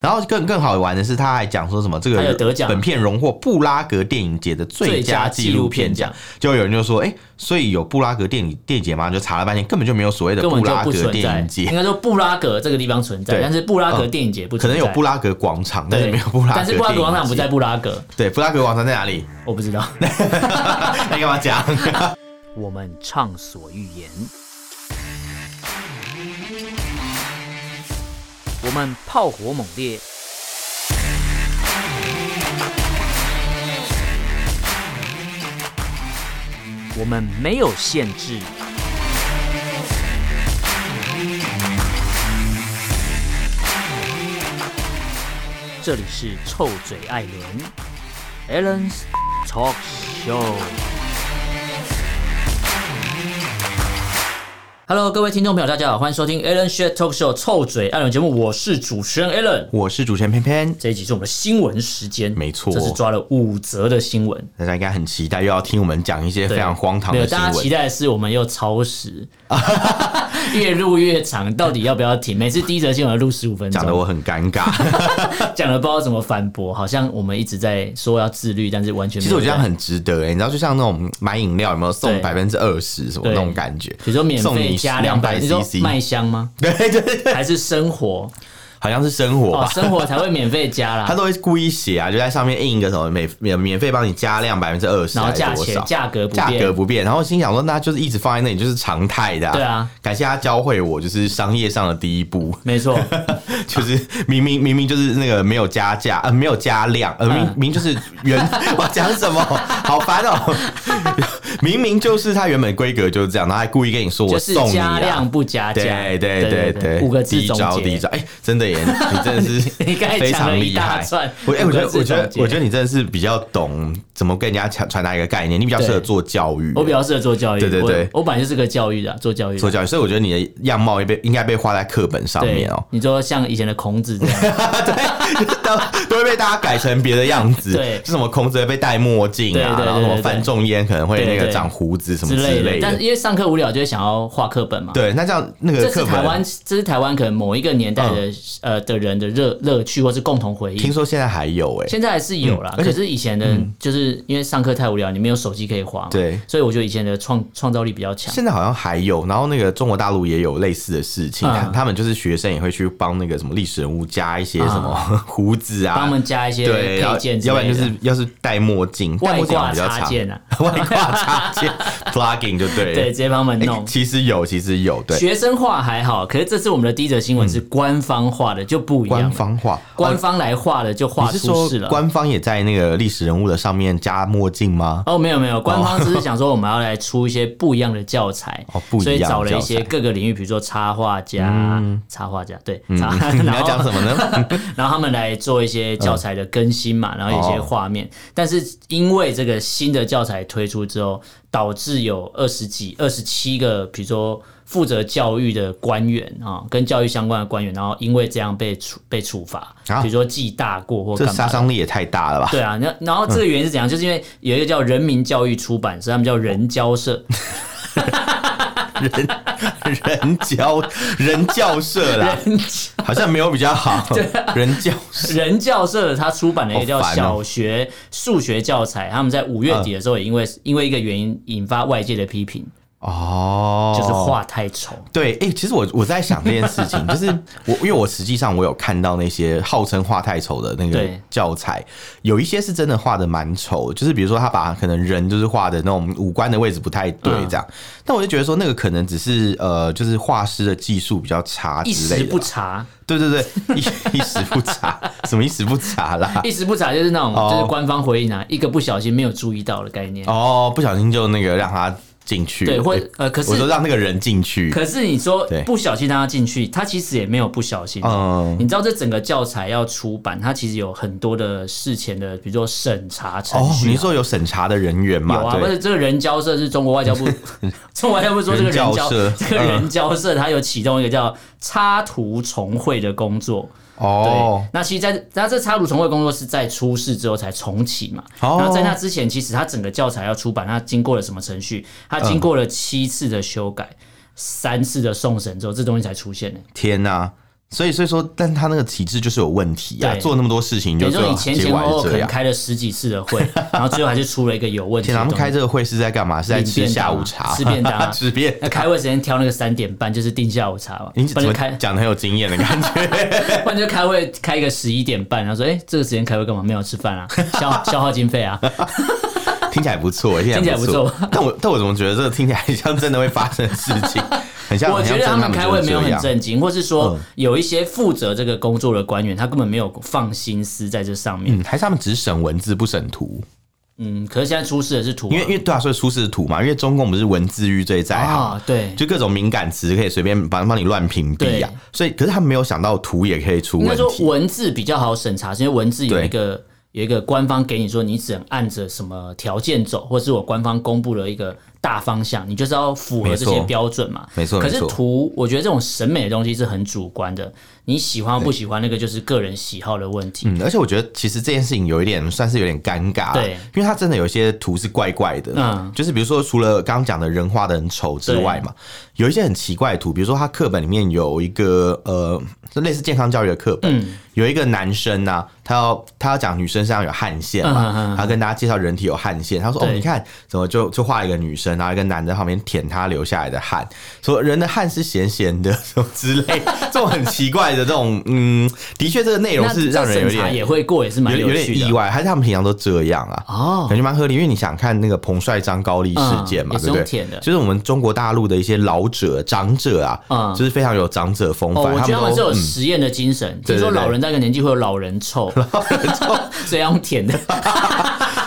然后更更好玩的是，他还讲说什么这他有得个奖本片荣获布拉格电影节的最佳纪录片奖。就有人就说，哎、所以有布拉格电影电影节吗？就查了半天，根本就没有所谓的根布本就拉不格存电在影，应节，该说布拉格这个地方存在，对嗯但是布拉格电影节不可存能在，有布拉格广场，但对，是没有布拉格。但是布拉格广场不在。布拉格，对，布拉格广场在哪 里？我不知道。那你干嘛讲？我们畅所欲言，我们炮火猛烈，我们没有限制。这里是臭嘴艾伦 （Allen's Talk Show）。Hello，各位听众朋友，大家好，欢迎收听 Alan s h a t Talk Show 臭嘴艾伦节目，我是主持人 Alan。我是主持人偏偏，这一集是我们的新闻时间，没错这次抓了五则的新闻，大家应该很期待，又要听我们讲一些非对常荒唐没有的新大家期闻。待的是我们又超时， 越录越长，到底要不要停？每次第一则新闻录十五分钟，讲的我很尴尬， 讲了不知道怎么反驳，好像我们一直在说要自律，但是完全其没有实我觉得在很值得哎、你知道，就像那种买饮料有没有送对百分之二十什么对那种感觉？ 比如说免送费你加两百， 200你说 CC 麦 香吗？对对对，还是生活？好像是生活哦吧，，生活才会免费加啦他。都会故意写啊，就在上面印一个什么免免免费帮你加量百分之二十，然后还是价多钱少价格不价变，格不变。然后心想说，那就是一直放在那里就是常态的、对啊，感谢他教会我，就是商业上的第一 步，没错，就是明明明明就是那个没有加价，呃，没有加量，呃，明嗯明明就是原 我讲什么，好烦哦、 明明就是他原本规格就是这样，然后还故意跟你说就我是送你、加啊量。不加价，对对对对，五个字第一总招第一结招，。哎、真的耶，你真的是 你刚才非讲常了一厉大害。串，我哎、我觉得，我觉五个得字总，结我觉得你真的是比较懂怎么跟人家传传达一个概念，你比较适合对做教育，我比较适合做教育，对对对我我本来就是个教育的啊，做教育的做教育，所以我觉得你的样貌也被应该被画在课本上对面哦、，你说像以前的孔子 这样，都都会被大家改成别的样子，对是什么孔子会被戴墨镜对对啊，对然后什么对范仲淹可能会对那个对长胡子什么之类的类，但是的，因为上课无聊，就会想要画课本嘛。对，那这样那这个是课台湾本，，嗯这是台湾可能某一个年代的呃的人的乐乐趣，或是共同回忆听。说现在还有哎、现在还是有啦，嗯而可且是以前的，就是因为上课太无聊，你没有手机可以滑嘛，对所以我觉得以前的创创造力比较强。现在好像还有，然后那个中国大陆也有类似的事情，嗯他他们就是学生也会去帮那个什么历史人物加一些什么 胡子啊，嗯帮我们加一些对，然后配件之要不类的，然就是要是戴墨镜，戴外墨镜好像挂比较插长，件啊， 外挂插 件 plugin 就对了。对，直接帮我们哎弄。其实有，其实有，对，嗯学生画还好，可是这次我们的第一则新闻是官方画的，就不一样了。官方化，官哦方来画的就画你是出说事了。官方也在那个历史人物的上面加墨镜吗？哦，没有没有，官方只是想说我们要来出一些不一样的教材，哦不一样的所以找了一教些材嗯各个领域，比如说插画家、插画家，对， 插你 然要后讲什么 呢？然后他们来做一些嗯教材的更新嘛，然后有一哦些画面。但是因为这个新的教材推出之后，导致有二十几、二十七个，比如说负责教育的官员啊、跟教育相关的官员，然后因为这样被处被处罚，啊比如说记大过或这嗯干嘛杀的。伤力也太大了吧！对啊，那然后这个原因是怎样？就是因为有一个叫人民教育出版社，他们叫人 教社，人教人教社 啦，人好像没有比较好。啊人教社 人教社他出版了一个叫好烦哦小学数学教材，他们在五月底的时候也因为、因为一个原因引发外界的批评，哦，就是画太丑。对，哎、其实我我在想这件事情，就是我因为我实际上我有看到那些号称画太丑的那个对教材，有一些是真的画的蛮丑，就是比如说他把可能人就是画的那种五官的位置不太对嗯这样，但我就觉得说那个可能只是呃，就是画师的技术比较差一之类时的吧，不察，对对对，一一时不察，什么一时不察啦？一时不察就是那种，哦就是官方回应啊，一个不小心没有注意到的概念。哦，不小心就那个让他进去了，对，或诶呃，可我说是让那个人进去，可是你说对不小心让他进去，他其实也没有不小心。哦嗯你知道这整个教材要出版，它其实有很多的事前的，比如说审查程哦，序你啊。说有审查的人员嘛？有啊，对不是这个人交社是中国 外交部，中国外交部说这个人人交交嗯社这个人交社，它有启动一个叫插图重绘的工作。哦对，，那其实在那这插图重绘工作是在出事之后才重启嘛。哦然后在那之前，其实它整个教材要出版，它经过了什么程序？它经过了七次的修改，三次的送审之后，这东西才出现的。天呐、啊所以所以说，但他那个体制就是有问题啊，对做那么多事情，等就最于说后你前结前果还后是后可这能样。开了十几次的会， 然后最后还是出了一个有问题天的哪，东他西。们开这个会是在干嘛？是在吃下午茶、领便当 啊吃便 那开会时间挑那个三点半，就是定下午茶嘛。你不怎然么就开，讲的很有经验的感 觉？不然就开会开一个十一点半，然后说，哎、这个时间开会干嘛？没有吃饭啊， 消消耗经费啊。听起来不错，听听起来不错。但我但我怎么觉得这个听起来很像真的会发生的事情？很像， 我觉很得像他真的们开会没有就是这很样。正经，或是说嗯有一些负责这个工作的官员，他根本没有放心思在这上面。嗯，还是他们只审文字不审图，嗯，可是现在出事的是图啊，因为因为对啊，所以出示图嘛，因为中共不是文字狱最在行，啊，对，就各种敏感词可以随便帮帮你乱屏蔽啊对。所以，可是他们没有想到图也可以出应该问说题。文字比较好审查，是因为文字有对一个有一个官方给你说，你只能按着什么条件走，或是我官方公布了一个大方向，你就是要符合没这错些标准嘛。没错可是没错图，我觉得这种审美的东西是很主观的，你喜欢或不喜欢，那个就是个人喜好的问题。嗯，而且我觉得其实这件事情有一点算是有点尴尬，啊对因为它真的有一些图是怪怪的，嗯就是比如说除了刚刚讲的人画的很丑之外嘛，有一些很奇怪的图，比如说他课本里面有一个呃，就类似健康教育的课本，嗯有一个男生呐、他要他要讲女生身上有汗腺嘛，嗯嗯嗯他跟大家介绍人体有汗腺，他说哦对你看怎么就就画一个女生，然后一个男的在旁边舔她留下来的汗，说人的汗是咸咸的什么之类，这种很奇怪的这种嗯，的确这个内容那是这让人有审查点也会过，也是蛮有有趣点意的。外，还是他们平常都这样啊？哦感觉蛮合理，因为你想看那个彭帅、张高丽事件嘛，嗯也是对不用对舔的？就是我们中国大陆的一些老者、长者啊，嗯就是非常有长者风哦，范，我觉得他们们是都有嗯实验的精神。对对听说对老人那个年纪会有老人 臭， 所以要用舔的。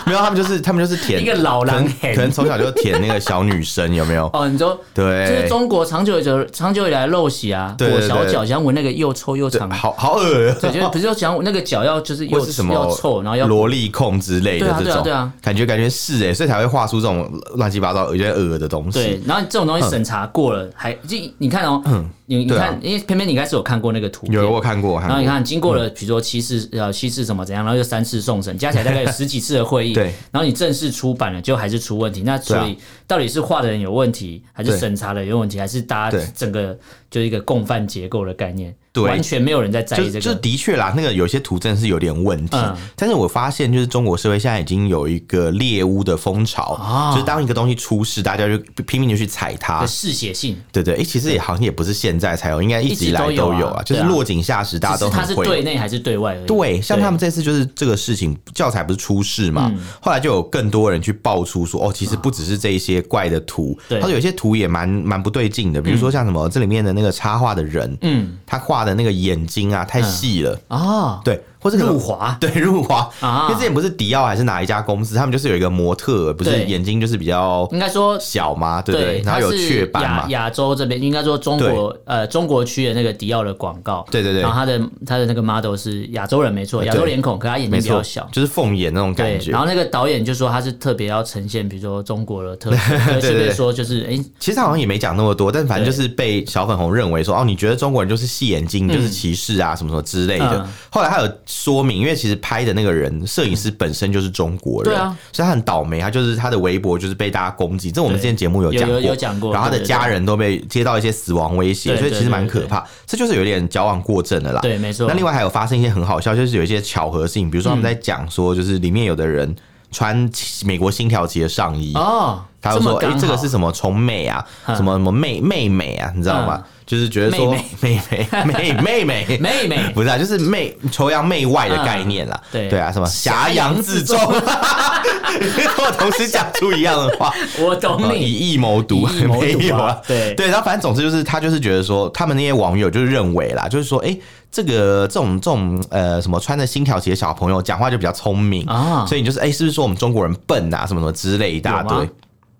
没有，他们就是他们就是舔一个老狼可能舔可能从小就舔那个小女生，有没有？ 哦，你说就是对，中国长久以来长久以来的陋习啊，对裹对小对脚想闻那个又臭又长，好好恶哦，对，就是不是说想闻那个脚要就是或又是什么要臭，然后要萝莉控之类的对啊这对啊种，对啊感觉感觉是哎，所以才会画出这种乱七八糟、有些恶的东西。对，然后这种东西审查过了，还就你看哦，你你对啊看，因为偏偏你应该是有看过那个图片有，我有看过，我看然后过你看，经过了比如说七次呃七次什么怎样，然后又三次送审，加起来大 概有十几次的会议。对。然后你正式出版了，就还是出问题。那所对啊以到底是画的人有问题，还是对审查的人有问题，还是大家对整个就是一个共犯结构的概念，对完全没有人在在就意是这就个。的确啦，那个有些图真的是有点问题，嗯但是我发现就是中国社会现在已经有一个猎巫的风潮，啊就是当一个东西出事，大家就拼命的去踩它的。嗜血性，对对，哎、其实也好像也不是现在才有，应该一直以来一直都有啊有啊，就是对啊落井下石，大家只都是它很是会。对内还是对嗯外而已。对，像他们这次就是这个事情，教材不是出事嘛，后来就有更多人去爆出说，哦，其实不只是这一些怪的图，对他说有些图也蛮蛮不对劲的，比如说像什么、这里面的那个插画的人，嗯他画的那个眼睛啊太细了，啊，对，或者可能入华 对，入华啊因为之前不是迪奥还是哪一家公司，他们就是有一个模特，不是对眼睛就是比较应该说小嘛，对不对？然它后有是雀斑亚嘛，亚洲这边应该说中国对呃中国区的那个迪奥的广告，对对对然后他的他的那个 model 是亚洲人没错，亚洲脸孔，可他眼睛没比较错小，。就是凤眼那种对感，觉然。后那个导演就说他是特别要呈现，比如说中国的特 色，所对以顺便对说就是哎，其实好像也没讲那么多，但反正就是被小粉红认为说，哦，你觉得中国人就是细眼睛，就是歧视啊，什么什么之类的嗯。后来他有说明，因为其实拍的那个人，摄影师本身就是中国人对啊，所以他很倒霉，他就是他的微博就是被大家攻击，这我们对之前节目有讲有过，有讲过然后他对的对家人都被接到一些死亡威胁，对所以其对实蛮对对可怕，这就是有点矫枉过正了啦。对，没错。嗯那另外还有发生一些很好笑，就是有一些巧合性，比如说他们在讲说，就是里面有的人穿美国新条旗的上衣，哦，他这就么说：“哎、刚这个好是什么崇美啊，嗯什么什么妹妹妹啊，你知道吗？嗯就是觉得说妹妹妹 妹妹妹妹妹不是啊，就是妹崇洋媚外的概念啦。嗯对对啊，什么挟洋自重，我同时讲出一样的话。”我懂呃 你，以意谋独，以意谋独啊没有啊？对对，然后反正总之就是，他就是觉得说，他们那些网友就是认为啦，就是说，哎、这个这种这种呃什么穿着新条鞋的小朋友讲话就比较聪明啊所以你就是哎、是不是说我们中国人笨啊，什么什么之类一大有堆吗？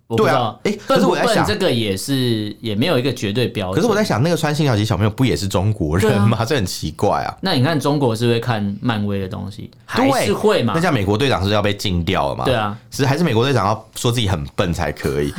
我不知对啊道哎笨可是不我在笨想这个也是也没有一个绝对标准。可是我在想，那个穿新条鞋小朋友不也是中国人吗？这很奇怪啊。那你看中国是会看漫威的东西，还对是会嘛那？像美国队长是不是要被禁掉了嘛？对啊，是还是美国队长要说自己很笨才可 以，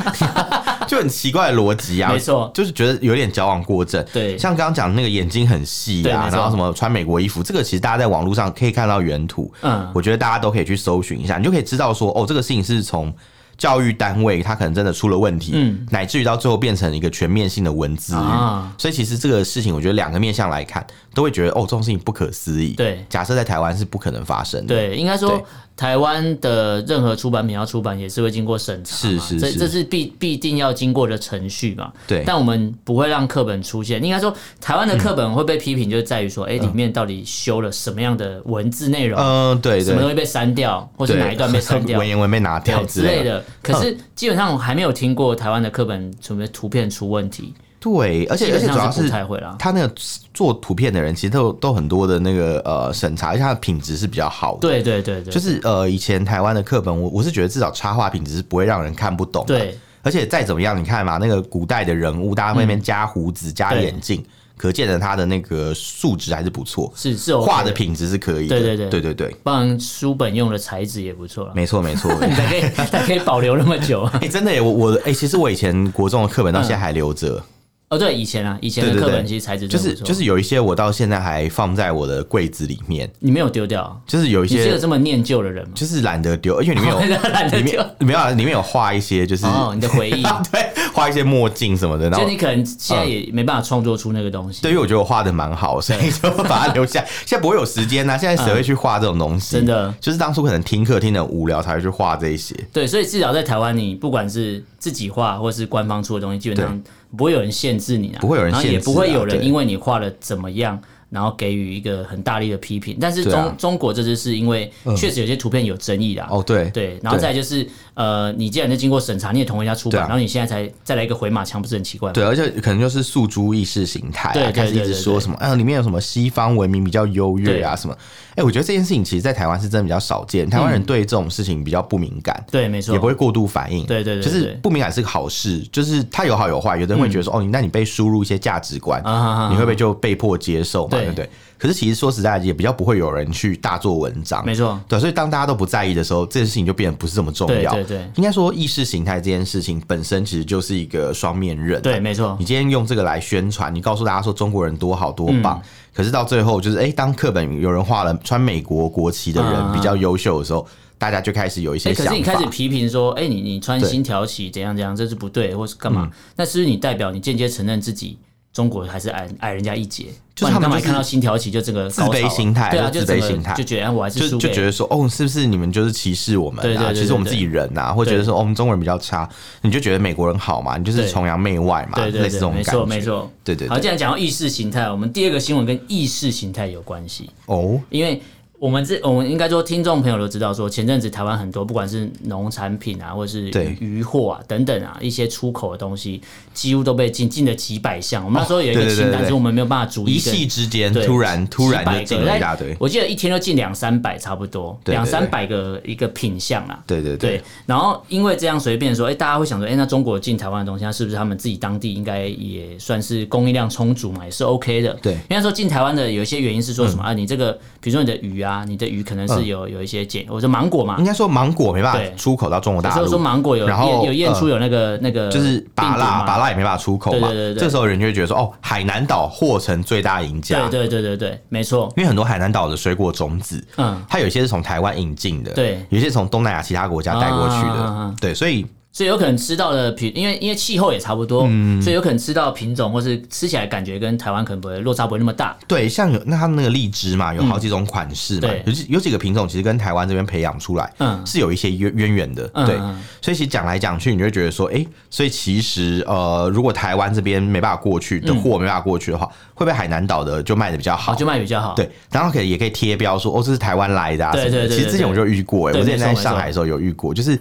就很奇怪的逻辑啊。没错就是觉得有点矫枉过正。对像刚刚讲那个眼睛很细对没啊，错然后什么穿美国衣服，这个其实大家在网络上可以看到原图，嗯我觉得大家都可以去搜寻一下，你就可以知道说，哦，这个事情是从。教育单位它可能真的出了问题，嗯，乃至于到最后变成一个全面性的文字狱。啊所以其实这个事情，我觉得两个面向来看，都会觉得哦，这种事情不可思议。对假设在台湾是不可能发生的。对，应该说对台湾的任何出版品要出版也是会经过审查嘛，是是这是这是必必定要经过的程序嘛。对但我们不会让课本出现。应该说，台湾的课本会被批评，就是在于说，哎、里面到底修了什么样的文字内容，嗯，对什么对东西被删掉，或是对，哪一段被删掉 文。言文被拿掉对之之类类的。嗯的，可是基本上我还没有听过台湾的课本什么图片出问题，对，而且基而本且主要上是是不太会啦。他那个做图片的人，其实都有都很多的那个呃审查，而且它的品质是比较好的。对对对对，就是呃，以前台湾的课本，我我是觉得至少插画品质是不会让人看不懂的。对，而且再怎么样，你看嘛，那个古代的人物，大家会那边加胡子、加嗯对眼镜，可见的他的那个素质还是不错，是是有画的，品质是可以的。哦对对对对对对，不然书本用的材质也不错啦。 没错没错。哎、才可以才可以保留那么久。啊真的耶，我我哎、其实我以前国中的课本到现在还留着，哦，对，以前啊，以前对的对课对本其实材质就真的是不错就是有一些我到现在还放在我的柜子里面，你没有丢掉啊，就是有一你是些个这么念旧的人吗？就是懒得丢，因为里面有 懒得里丢。面没有啊里面有画一些就是、哦， 你的回忆，对画一些墨镜什么的，然就后你可能现在也没办法创作出那个东西嗯对，。因为我觉得我画的蛮好，所以就把它留下。现在不会有时间呐、啊现在谁会去画这种东西？嗯真的就是当初可能听课听得很无聊才会去画这一些。对，所以至少在台湾，你不管是自己画或是官方出的东西，基本上不会有人限制你啊，不会有人然后也限制啊不会有人对因为你画的怎么样，然后给予一个很大力的批评。但是对中、啊嗯中国这次是因为确实有些图片有争议啦，哦，对对，然后对再来就是呃，你既然是经过审查，你也同意他出对版，啊然后你现在才再来一个回马枪，不是很奇怪吗？对，而且可能就是诉诸意识形态、啊，对对开始一对直对说对什么，嗯、里面有什么西方文明比较优越啊什么。哎、我觉得这件事情其实，在台湾是真的比较少见，台湾人对这种事情比较不敏感。对，嗯没错，也不会过度反应，对对对对嗯就是不敏感是个好事，就是它有好有坏。有的人会觉得说，哦，你那你被输入一些价值观，啊啊啊啊你会不会就被迫接受嘛？对对不对？可是其实说实在，也比较不会有人去大做文章，没错对，所以当大家都不在意的时候，这件事情就变得不是这么重要。对对对应该说意识形态这件事情本身其实就是一个双面刃。啊对，。没错你，今天用这个来宣传，你告诉大家说中国人多好多棒，嗯可是到最后就是，哎、当课本有人画了穿美国国旗的啊啊人啊比较优秀的时候，大家就开始有一哎、些可想法。是你开始批评说，哎、你你穿对嗯新条旗怎样怎样，这是不对，或是干嘛？那是不是你代表你间接承认自己中国还是矮矮人家一截？就是不然他们你干嘛就是看到新条旗就整个自高潮卑啊心态对啊，就就自卑整个心态就觉得哎我还是就输就给觉得说，哦，是不是你们就是歧视我们对对啊？对对其实我们自己人呐、啊，或觉得说，哦，我们中国人比较差，你就觉得美国人好嘛？你就是对崇洋媚外嘛，对对类似这对，种没感觉。错没错。对对好，对。既然讲到意识形态，我们第二个新闻跟意识形态有关系。哦，因为我们这我们应该说，听众朋友都知道说，前阵子台湾很多不管是农产品啊，或者是对渔货啊等等啊，一些出口的东西，几乎都被禁禁了几百项。我们那时候有一哦对个对对清单，对是我们没有办法逐一一跟夕之间，对突然突然几百就个进了一大堆但。我记得一天就进两三百，差不多对对对两三百个一个品啊相啦。对对对对，然后因为这样随便说，哎、大家会想说，哎、那中国进台湾的东西，那是不是他们自己当地应该也算是供应量充足嘛，也是 OK 的。对嗯因为那时候进台湾的有一些原因是说什么、啊？你这个，比如说你的鱼啊，你的鱼可能是有、有一些检，我说芒果嘛应，该说芒果没办法对出口到中国嗯有大时候说陆，芒果有然后嗯验有验出有那个、那个就是病巴毒拉嘛巴拉也没办法出口嘛。对对对对这时候人就会觉得说，哦，海南岛或成最大赢家。对对对对对，没错，因为很多海南岛的水果种子，嗯它有些是从台湾引进的，对有些是从东南亚其他国家带过去的，啊啊啊啊对，所以所以有可能吃到的品，因为因为气候也差不多，嗯所以有可能吃到品种或是吃起来感觉跟台湾可能不会落差不会那么大。对，像有那他们那个荔枝嘛，有好几种款式嘛，嗯对有几有几个品种其实跟台湾这边培养出来，嗯是有一些渊渊源的，嗯对嗯，所以其实讲来讲去，你就会觉得说，哎、所以其实呃，如果台湾这边没办法过去的货没办法过去的话，会不会海南岛的就卖的比较好？嗯哦好，就卖比较好。对，然后可以也可以贴标说哦，这是台湾来的啊。对什么的对其对实对之前我就遇过、欸，对我之前没错在没错上海的时候有遇过，就是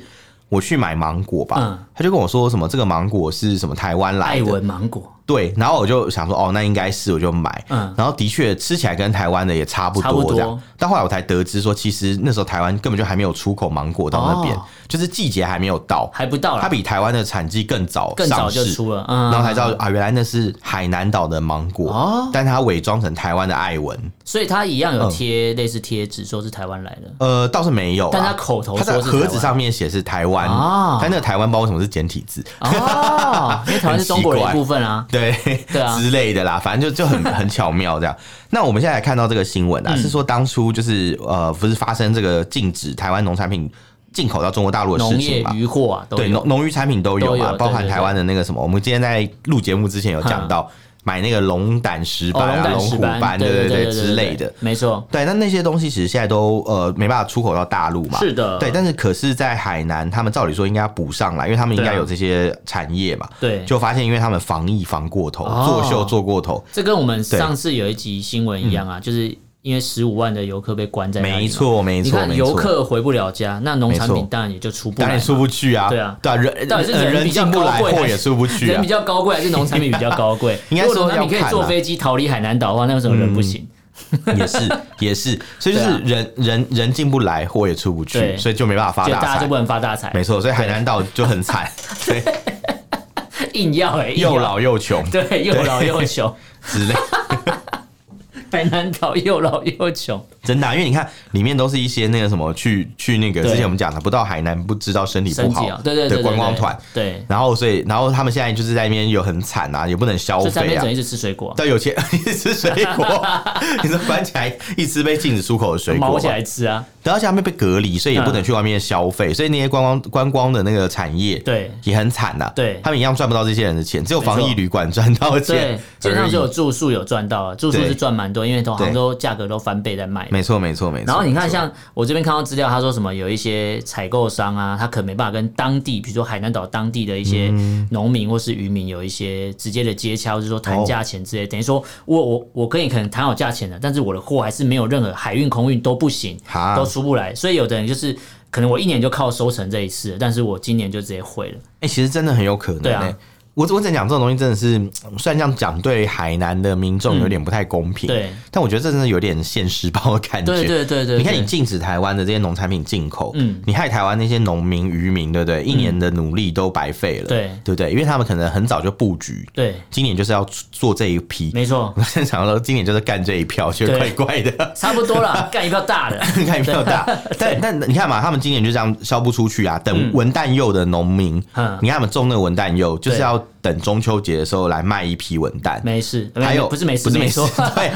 我去买芒果吧，嗯他就跟我说什么这个芒果是什么台湾来爱的，文芒果对，然后我就想说哦，那应该是我就买，嗯然后的确吃起来跟台湾的也差不差不多多这样，但后来我才得知说，其实那时候台湾根本就还没有出口芒果到那边，哦就是季节还没有到。还不到它啦，比台湾的产季更早更早上就市，出了，然嗯，后才知道啊，原来那是海南岛的芒果，哦但它伪装成台湾的艾文，所以它一样有贴类似贴纸，说是台湾来的，呃，倒是没有啦，但它口头它在说是盒子台湾上面写是台湾，啊但那个台湾不知道为什么是简体字， 哦，因为台湾是中国人一部分啊，对 对啊之类的啦，反正就就很 很巧妙这样。那我们现在嗯看到这个新闻啊，是说当初就是呃，不是发生这个禁止台湾农产品进口到中国大陆的事农情业嘛。渔获啊，都对，有农农渔产品都有都有嘛，对包含对嗯台湾的那个什么，我们今天在录节目之前有讲到买那个龙胆石哦，斑龙啊、胆龙石虎斑，斑，对对对对之类的。，没错，对，那那些东西其实现在都呃没办法出口到大陆嘛。是的，对，但是可是，在海南，他们照理说应该要补上来，因为他们应该对啊有这些产业嘛。对就发现因为他们防疫防过头，哦作秀做过头，这跟我们上次有一集新闻一样啊，就是因为十五万的游客被关在那里嘛没，错，没你错，看没游错。客回不了家，那农产没品错当然也就出不当来然出嘛。不去啊，对啊对啊，人到底是呃人人比较进不高来，贵货还也是出不去人啊比。较高贵还是农产品比较高 贵？应该如果说农产品可要看啊以坐飞机逃离海南岛的话，那为什么人不行？ 也是也是，所以就对啊是人、人人进不来，货也出不去，对所以就没办法发就大大家就财不。能发大财，没错，所以海南岛就很 惨，对，硬要哎，硬要又老又穷对又 老又穷，之类，海南岛又老又穷，真的啊、因为你看里面都是一些那个什么去去那个对之前我们讲的，不到海南不知道身体升不级好，啊，对对对，观光团，，对，然后所以然后他们现在就是在那边有很惨啊，也不能消所以咱费们啊整。一直吃水果，但有钱 一直吃水 果，你说关起来一吃被禁止出口的水果毛嘛，起来吃啊，对而且他们被隔离，所以也不能去外面消费，所以那些观光观光的那个产业，对也很惨呐、对他们一样赚不到这些人的钱，只有没错防疫旅馆赚到对钱，基而本上已只有住宿有赚到啊，住宿对是赚蛮多，因为从对杭州价格都翻倍在卖。没错，没错，没错。然后你看，没错像我这边看到资料，他说什么有一些采购商啊，他可能没办法跟当地，比如说海南岛当地的一些嗯农民或是渔民有一些直接的接洽，或是说谈价钱之类。等于说我我我跟你可能谈好价钱了，但是我的货还是没有任何海运、空运都不行，哈都出不来。所以有的人就是可能我一年就靠收成这一次了，但是我今年就直接毁了。哎、其实真的很有可能、欸。对啊我我只能讲这种东西真的是，嗯虽然这样讲对海南的民众有点不太公平，嗯对，但我觉得这真的有点现实包的感觉。对对对对，你看，对你禁止台湾的这些农产品进口，嗯嗯，你害台湾那些农民、渔民，对不对？一年的努力都白费了，嗯对对不对？因为他们可能很早就布局，对，今年就是要做这一批。没 错，我现场说今年就是干这一票，觉得怪对怪的，差不多了，干一票大的。 看有没有大。啊但但你看嘛，他们今年就这样销不出去啊。等文旦柚的农民，嗯你看他们种那个文旦柚，就是对要等中秋节的时候来卖一批文旦。没事，还有不是没事，不是没没事错，， 对，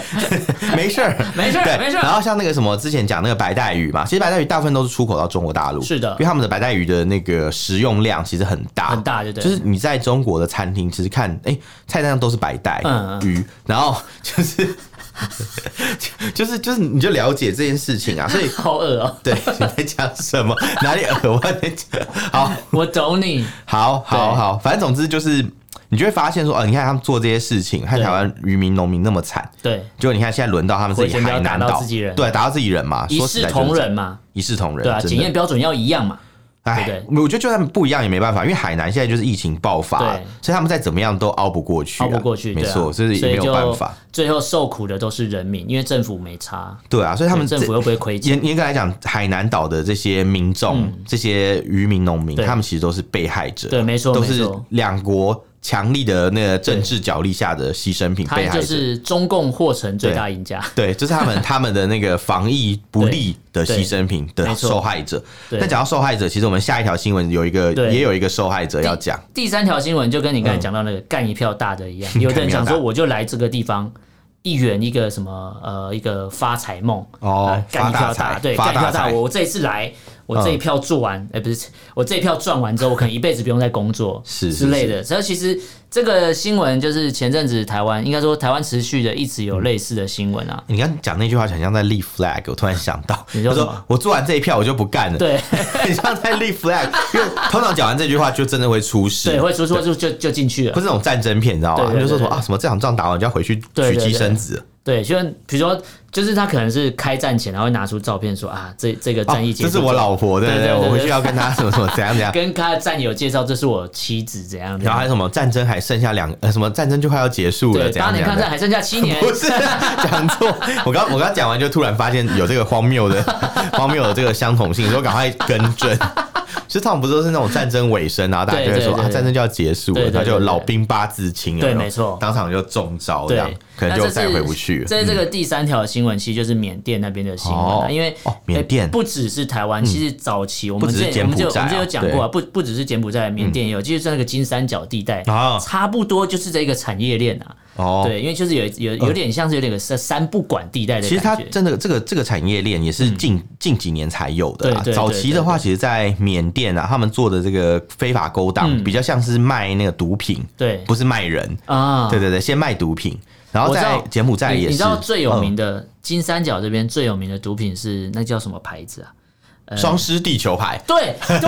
没事儿， 没事儿对没事儿然后像那个什么，之前讲那个白带鱼嘛，其实白带鱼大部分都是出口到中国大陆，是的因为他们的白带鱼的那个食用量其实很大，很大就对就是你在中国的餐厅，其实看，哎、菜单上都是白带嗯鱼，然后就是 就是就是你就了解这件事情啊，所以。 好恶哦、 对，你在讲什么？ 哪里耳我在讲？好，我懂你，好，好，对好，反正总之就是，你就会发现说，哦，你看他们做这些事情，害对台湾渔民、农民那么惨，对，就你看现在轮到他们自己回旋镖海南打到岛，自己人对，打到自己人嘛，一说实视在就是同这样，仁嘛，一视同仁，对啊，真检验的。标准要一样嘛，对哎，我觉得就算不一样也没办法，因为海南现在就是疫情爆发，对所以他们再怎么样都熬不过去、啊，熬不过去，没对啊错，所以所也没有以就办法，最后受苦的都是人民，因为政府没差，对啊，所以他们对政府这又不会亏钱，严严格来讲，海南岛的这些民众、这些渔民、农民，嗯对他们其实都是被害者，对没错都没是错两国强力的那个政治角力下的牺牲品，他被害就者。是中共获成最大赢家，对，就是他 们他们的那个防疫不利的牺牲品没的错受害者。对那讲到受害者，其实我们下一条新闻有一个对也有一个受害者要讲，第三条新闻就跟你刚才讲到那个干一票大的一嗯样，有的人讲说我就来这个地方。一元一个什么呃一个发财梦哦呃干一发大票财对，发干一票大财嗯我我这一次来，我这一票做完，哎、不是，我这一票赚完之后，我可能一辈子不用再工作 是是之类的。所以其实这个新闻就是前阵子台湾应该说台湾持续的一直嗯有类似的新闻啊，你刚讲那句话很像在立 flag，我突然想到，你他说什么说我做完这一票我就不干了，，对 很像在立 flag，因为通常讲完这句话就真的会出事， 对，会出错就就就进去了不。是那种战争片，你知道吗？对对就对说什么对啊什么这场仗打完就要回去对娶对妻对生子，对，就像比如说，就是他可能是开战前，然后会拿出照片说啊，这这个哦战役结这束是之后、我老婆，对对对对，对我对回去要跟她什么什么怎样怎样。 跟他的战友介绍，这是我妻子怎样怎然后还样。有什么战争还剩下两呃什么战争就快要结束了，对，怎八样怎样年抗的战。还剩下七年， 不是讲错，我刚我刚讲完就突然发现有这个荒谬的 荒谬的这个相同性，所以我赶快更正。其实他们不是都是那种战争尾声，然后大家就会对对说对啊，对战争就要结束对了，对对他就对老兵八字亲，有对有没错当场就中招这对啊样，，可能那就这再是也回不去了。嗯这是这个第三条新闻，其实就是缅甸那边的新闻哦啊、因为、哦缅诶甸哎嗯不只是台湾，其实早期我们不只是之前我们就柬埔寨啊嗯我们就有讲过啊，不不只是柬埔寨，缅甸也有，就是那个金三角地带啊差不多就是这个产业链啊。哦对，因为就是有有有点像是有点个三三不管地带的其实它感觉。嗯真的这个这个产业链也是近、近几年才有的啦。对对对早期的话，其实，在缅甸啊，他们做的这个非法勾当、比较像是卖那个毒品，嗯对不是卖人。啊，对对对，先卖毒品，然后我知在道柬埔寨你也是。你知道最有名嗯的、金三角这边最有名的毒品是那叫什么牌子啊？双狮地球牌？对对对，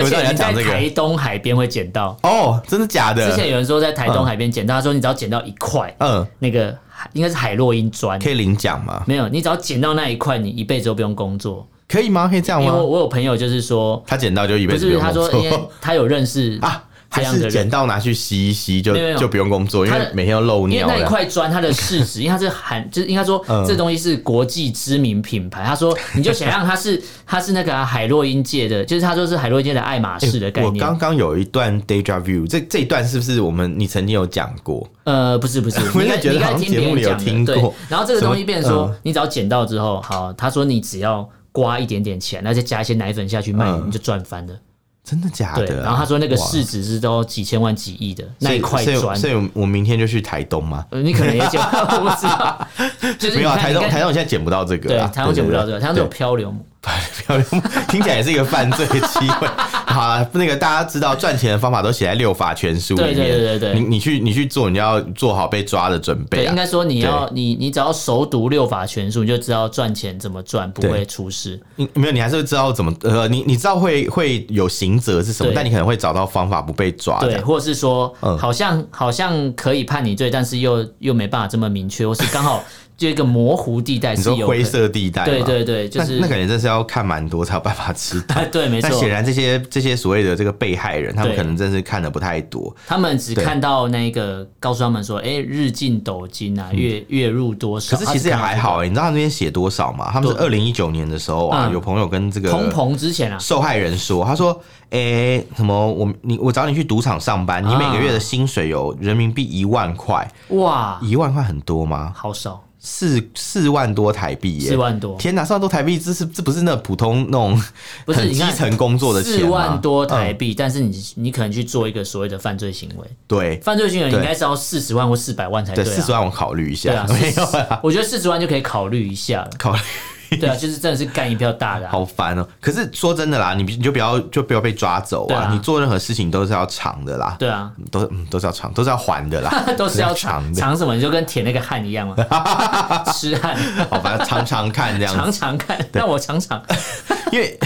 我知道你且要你讲在这个台东海边会捡到。哦，真的假的？之前有人说在台东海边捡到，他说你只要捡到一块，嗯，那个海应该是海洛因砖，可以领奖吗？没有，你只要捡到那一块，你一辈子都不用工作。可以吗？可以这样因为我吗？我有朋友就是说，他捡到啊就一辈不子不是用他工说， 因为作他有认识啊，还这样的是捡人。到拿去吸一吸就没有没有就不用工作，因他的为每天要漏因为尿那一了。块砖，它的市 值，因为它是韩，就是应该说嗯这东西是国际知名品牌。他说，你就想象它是它是那个啊、海洛因界的，就是他说是海洛因界的爱马仕的概哎我念。刚刚有一段 deja vu，这这一段是不是我们你曾经有讲过？呃，不是不是， 我你也应该觉得你应该好像听别节目里人有讲的听对过然后这个什么东西变成说嗯，你只要捡到之后，好，他说你只要刮一点点钱，然后再加一些奶粉下去卖，嗯你就赚翻了。真的假对，的啊？然后他说那个哇市值是都几千万、几亿的那所以一块所以砖所，以我明天就去台东嘛。呃你可能也捡不到，我不知 道。就是没你有啊，看台你东看台东现在捡不到这个对啊，台东捡不到这个，台东只有对漂流木。漂流木 听起来也是一个犯罪机会。 好了，那个大家知道赚钱的方法都写在六法全书里面。对对对对对你你去你去做，你就要做好被抓的准备对，应啊。该说你要你你只要熟读六法全书，你就知道赚钱怎么赚，不对会出事。你没有，你还是会知道怎么呃，你你知道会会有刑责是什么，对但你可能会找到方法不被抓。这对，样啊或者是说嗯好像好像可以判你罪，但是又又没办法这么明确，或是刚 好就一个模糊地带你是说有灰可能。色地带嘛，对对对，就那是那感觉真是要看蛮多才有办法知 道。对，没但错显。然这些这些所谓的这个被害人，他们对可能真是看的不太多。他们只对看到那个告诉他们说，哎、日进斗金啊，月月入多少？嗯可是其实也还好、欸，你知道他那边写多少吗？他们是二零一九年的时候啊，嗯有朋友跟这他个只看到这个。通膨之前啊，受害人说，他说：“诶、什么我你我找你去赌场上班，啊你每个月的薪水有人民币一万块，哇，一万块很多吗？好少，四四万多台币耶、四万多，天哪，四万多台币，这是这不是那普通那种不是很你基看层工作的钱啊四吗万多台嗯币，但是你你可能去做一个所谓的犯罪行为，对犯罪行为对应该是要四十万或四百万才对，啊四十万我考虑一对下，啊， 没有40啊，，我觉得四十万就可以考虑一下了 考虑。”对啊，就是真的是干一票大的啊、好烦哦、可是说真的啦，你你就不要就不要被抓走对啊！啊你做任何事情都是要偿的啦，对啊，都嗯都是要偿，都是要还的 ，啦都是要偿尝的。尝什么，你就跟舔那个汗一 样嘛，吃汗，好，反正尝尝看这样子尝尝看，让我 尝尝因为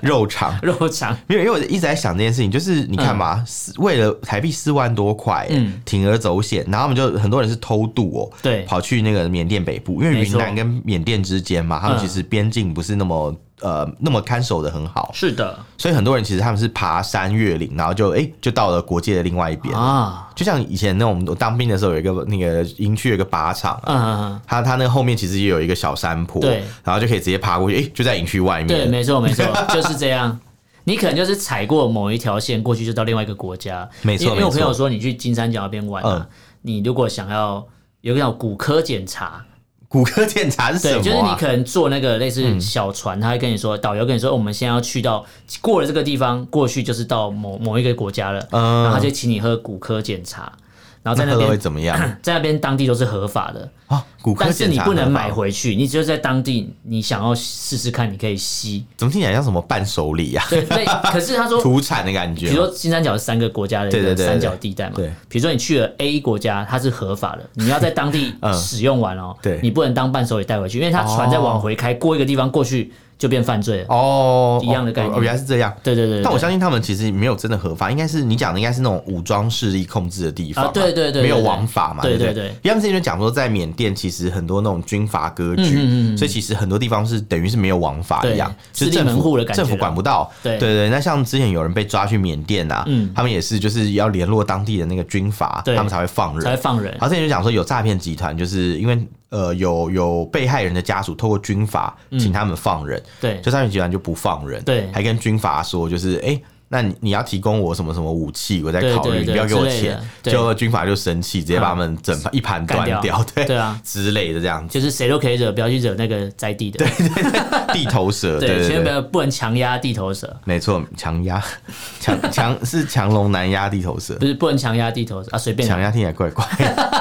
肉偿。肉尝，没有，因为我一直在想这件事情，就是你看嘛，四为了台币四万多块、嗯铤而走险，然后我们就很多人是偷渡哦、对跑去那个缅甸北部，因为没云错南跟缅甸之间嘛，他们嗯其实边境不是那么、呃那么看守的很好，是的所以很多人其实他们是爬山越岭，然后就哎、就到了国界的另外一边，啊，就像以前那种我当兵的时候，有一个那个营区有一个靶场、啊，嗯嗯嗯。它它那个后面其实也有一个小山坡，对，然后就可以直接爬过去，诶，就在营区外面。对，没错没错，就是这样。你可能就是踩过某一条线过去，就到另外一个国家。没错因为因为我没错嗯朋友说，你去金三角那边玩啊，你如果想要有个叫骨科检查，骨科检查是什对，么、啊？嗯就是你可能坐那个类似小船，他会跟你说，导游跟你说，哦我们现在要去到过了这个地方，过去就是到某某一个国家了，嗯然后他就请你喝骨科检查，然后在那那会边怎么样在那边当地都是合法的，啊？骨科但是检你查不能很好买，回去，你只有在当地你想要试试看，你可以吸。怎么听起来像什么伴手礼啊？对，对，可是他说土产的感觉。比如说金三角是三个国家的对一对个对对三角地带嘛，对比如说你去了 A 国家，它是合 法的，你要在当地嗯使用完哦，对你不能当伴手礼带回去，因为它船再往回开，过一个地方过去就变犯罪了。哦，一样的概念哦原来是这样。对对对对，但我对相信他们其实没有真的合法，应该是你讲的应该是那种武装势力控制的地方嘛、啊对对对对没有王法嘛，对对对不对因为他们之前就讲说，在缅甸其实很多那种军阀割嗯据，所以其实很多地方是等于是没有王法一样，就对是政私立门府户的感觉政府管不到，对对对。那像之前有人被抓去缅甸啊，嗯他们也是就是要联络当地的那个军阀，对他们才会放才人会。放人然。后之前就讲说，有诈骗集团，就是因为呃有有被害人的家属透过军阀请他们放人，对就诈骗集团就不放人，嗯对还跟军阀说，就是哎、诶那你你要提供我什么什么武器，我再对考虑，对你对不要给之我类钱的，对啊就军阀就生气，直接把他们整盘一盘干端掉掉，对对啊之类的这样子，就是谁都可以惹，不要去惹那个在地的。地头蛇，对对，对千万不对，要不能强压地头蛇，没错，强压强强是强龙难压地头蛇不，是不能强压地头蛇啊，随便啊。强压听起来怪怪，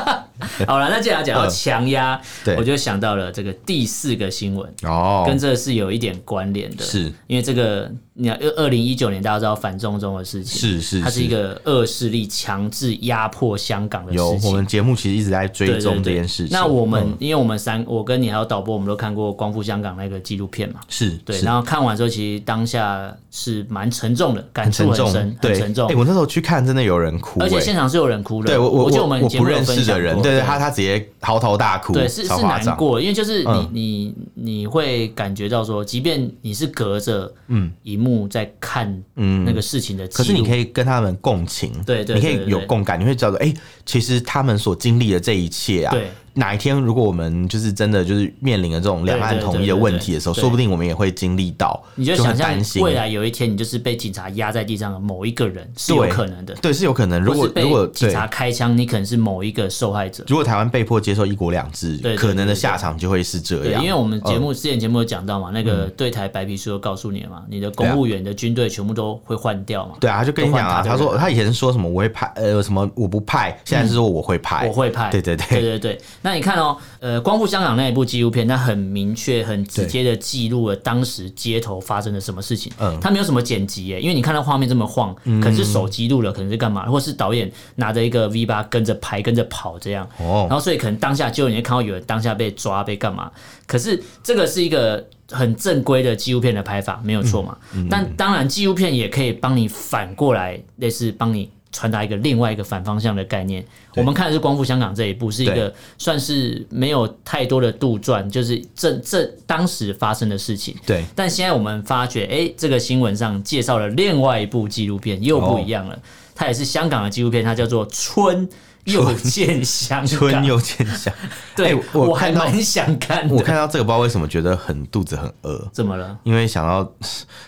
好了，那既然讲到嗯强压，对我就想到了这个第四个新闻，哦，跟这是有一点关联的，是因为这个你看，二零一九年大家知道反中中的事情，是是它是一个恶势力强制压迫香港的有事我情。们节目其实一直在追对对踪对这件事情，那我们、嗯因为我们三，我跟你还有导播，我们都看过《光复香港》那个纪录片嘛，是对。是然后看完之后，其实当下是蛮沉重的，感很触沉很重深，，对，很沉重哎，。我那时候去看，真的有人哭，而且哎现场是有人哭的，对我我我觉得我们我节不目有认分识的享人，过对对对，他他直接嚎啕大哭，对，是超是夸难张。过，因为就是你、嗯你你会感觉到说，即便你是隔着嗯荧幕在看嗯那个事情的记录，可是你可以跟他们共情，对对对你可以有对共感，你会知道说，哎、其实他们所经历的这一切啊对，哪一天如果我们就是真的就是面临了这种两岸对对对统一的问题的时候，对对对说不定我们也会经历到，你就很想象担心未来有一天你就是被警察压在地上的某一个人是有对可能的，对是有可能，如或果是被如果警对。察开枪，你可能是某一个受害者。如果台湾被迫接受一国两制，对对可能的对对下场就会是这对，样。嗯因为我们节目、之前节目有讲到嘛，那个对台白皮书有告诉你了嘛，你的啊公务员、你的军队全部都会换掉嘛。对啊，他就跟你讲啊，都换他他对说他以前是说什么我会派，呃，什么我不派，现在是说我会派，我会派。对对对对对对那你看哦，呃，光复香港那一部纪录片，它很明确、很直接的记录了当时街头发生的什么事情。嗯它没有什么剪辑耶，因为你看到画面这么晃，可能是手机录了，可能是干嘛，或是导演拿着一个 V 八跟着拍、跟着跑这样。哦然后所以可能当下就你会看到有人当下被抓、被干嘛。可是这个是一个。很正规的纪录片的拍法没有错嘛，但当然纪录片也可以帮你反过来，类似帮你传达一个另外一个反方向的概念。我们看的是《光复香港》这一部，是一个算是没有太多的杜撰，就是这这当时发生的事情。对，但现在我们发觉，哎、这个新闻上介绍了另外一部纪录片，又不一样哦了。它也是香港的纪录片，它叫做《春又见香港》。春又见 香。对，哎我我还看到蛮想看我的。看到这个，不知道为什么觉得很肚子很饿。怎么了？因为想到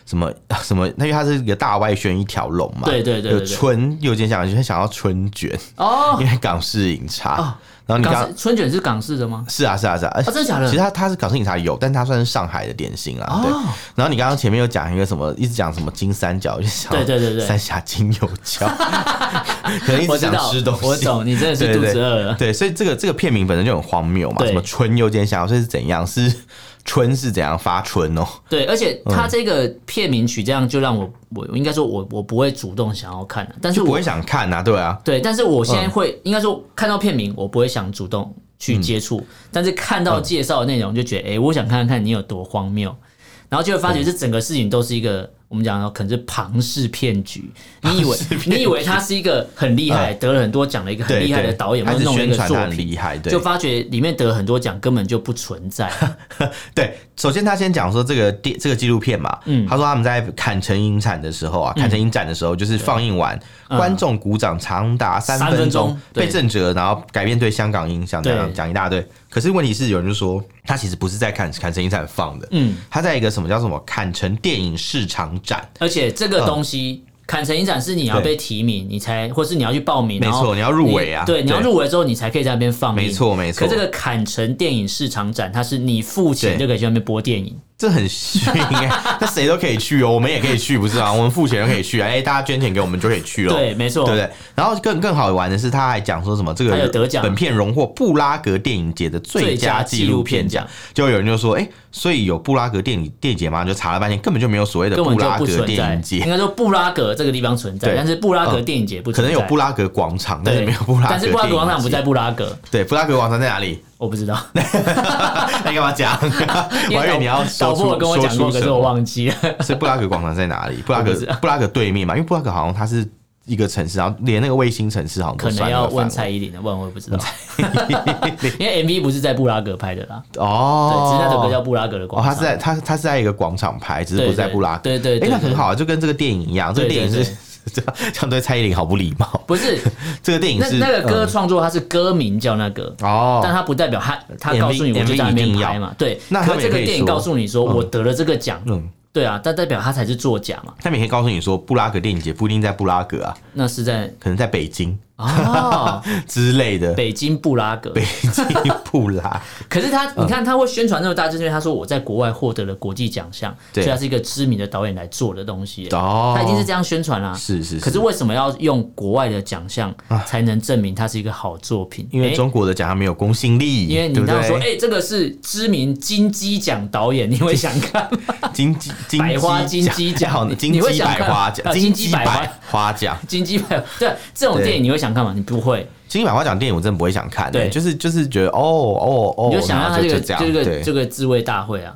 什么什么，那因为它是一个大外宣一条龙嘛，对对对对对有春又见香，就会想到春卷，哦，因为港式饮茶。哦然后你港刚式春卷是港式的吗？是啊是啊是啊，而且哦真的假的哦其实它它是港式饮茶有，但它算是上海的点心啦。对。然后你刚刚前面又讲一个什么，一直讲什么金三角，就想到对对对对三峡金油 角，可能一我直知想道吃东，西。我懂，你真的是对肚对子饿了。对，所以这个这个片名本身就很荒谬嘛，对什么春又见香，所以是怎样？是春是怎样发春哦？对，而且他这个片名取这样，就让我我我应该说我我不会主动想要看、啊，但是就不我会想看呐、啊，对啊。对，但是我现在会、应该说看到片名，我不会想主动去嗯接触，但是看到介绍的内容就觉得，哎、我想看看你有多荒谬，然后就会发觉嗯这整个事情都是一个。我们讲的可能是庞氏骗局，你以为你以为他是一个很厉害、得了很多奖的一个很对厉害的嗯对导演，他或一者直弄了一宣个传作他很品，厉害，对就发觉里面得很多奖根本就不存在。对。首先，他先讲说这个电这个纪录片嘛，嗯他说他们在坎城影展的时候啊，坎城影展的时候就是放映完，观众鼓掌长达三三分钟钟，对被震折，然后改变对香港影响，对讲讲一大堆。可是问题是，有人就说他其实不是在坎坎城影展放的，嗯，他在一个什么叫什么坎城电影市场展，而且这嗯个东西，坎城影展是你要被提名，你才或是你要去报名，没然后错，你要入围啊，对，你要入围之后，你才可以在那边放映。没错没错可这个坎城电影市场展，它是你付钱对就可以去那边播电影。这很虚哎，那谁都可以去哦，我们也可以去，不是啊？我们付钱就可以去啊，哎、大家捐钱给我们就可以去哦了。对，没错。对不对？然后更更好玩的是，他还讲说什么这他有个得奖本片荣获布拉格电影节的最佳纪录片奖。就有人就说，哎、所以有布拉格电影电影节吗？就查了半天，根本就没有所谓的根布本就拉不格存电在影，应 节，该说布拉格这个地方存在，对但是布拉格电影节不可存能在。有布拉格广场，但是对，没有布拉格。但是布拉格广场不在。布拉格，对，布拉格广场在哪 里？我不知道。那你干嘛讲？我还以为你要说导播出有跟我讲过，说出可什是么我忘记了。所以布拉格广场在哪里？布拉格 我不知道布拉格对面嘛，因为布拉格好像它是一个城市，然后连那个卫星城市好像都可能算那要个范问围蔡依林的，不然我也 不知道。因为 MV 不是在布拉格拍的啦，对，哦，只是那首歌叫《布拉格的哦，广它场》。是在它它是在一个广场拍，只是对不是在布拉格。对对对哎，那对很好啊，就跟这个电影一样，这个对电对影是 这样这样对蔡依林好不礼貌。不是这个电影那是那个歌创作，它是歌名叫那个，嗯哦，但它不代表它它 MV 告诉你我就在那边 MV 拍嘛，对。那他可们这也个可以电影说告诉你说我得了这个奖嗯，对啊，但代表他才是作假嘛，他每天告诉你说，布拉格电影节不一定在布拉格啊，那是在可能在北京 哦，之类的。北京布拉格。北嗯京布拉，可是他，你看他会宣传那么大，就是因为他说我在国外获得了国际奖项，所对以他是一个知名的导演来做的东西。哦 他一定是这样宣传啦。是是是可是为什么要用国外的奖项才能证明它是一个好作品？啊因为诶中国的奖项没有公信力，因为你对不刚刚说，哎、对？这个是知名金鸡奖导演，你会想看吗？金鸡金百花金鸡鸡 奖你金你会鸡想百看花啊奖，金鸡鸡百花百花奖，金鸡百对这种对电影你会想看吗？你不会，金鸡百花奖电影我真的不会想看、对欸，就是就是觉得哦哦哦，你就想然让他后这就个这这样，个对这个自卫大 会啊，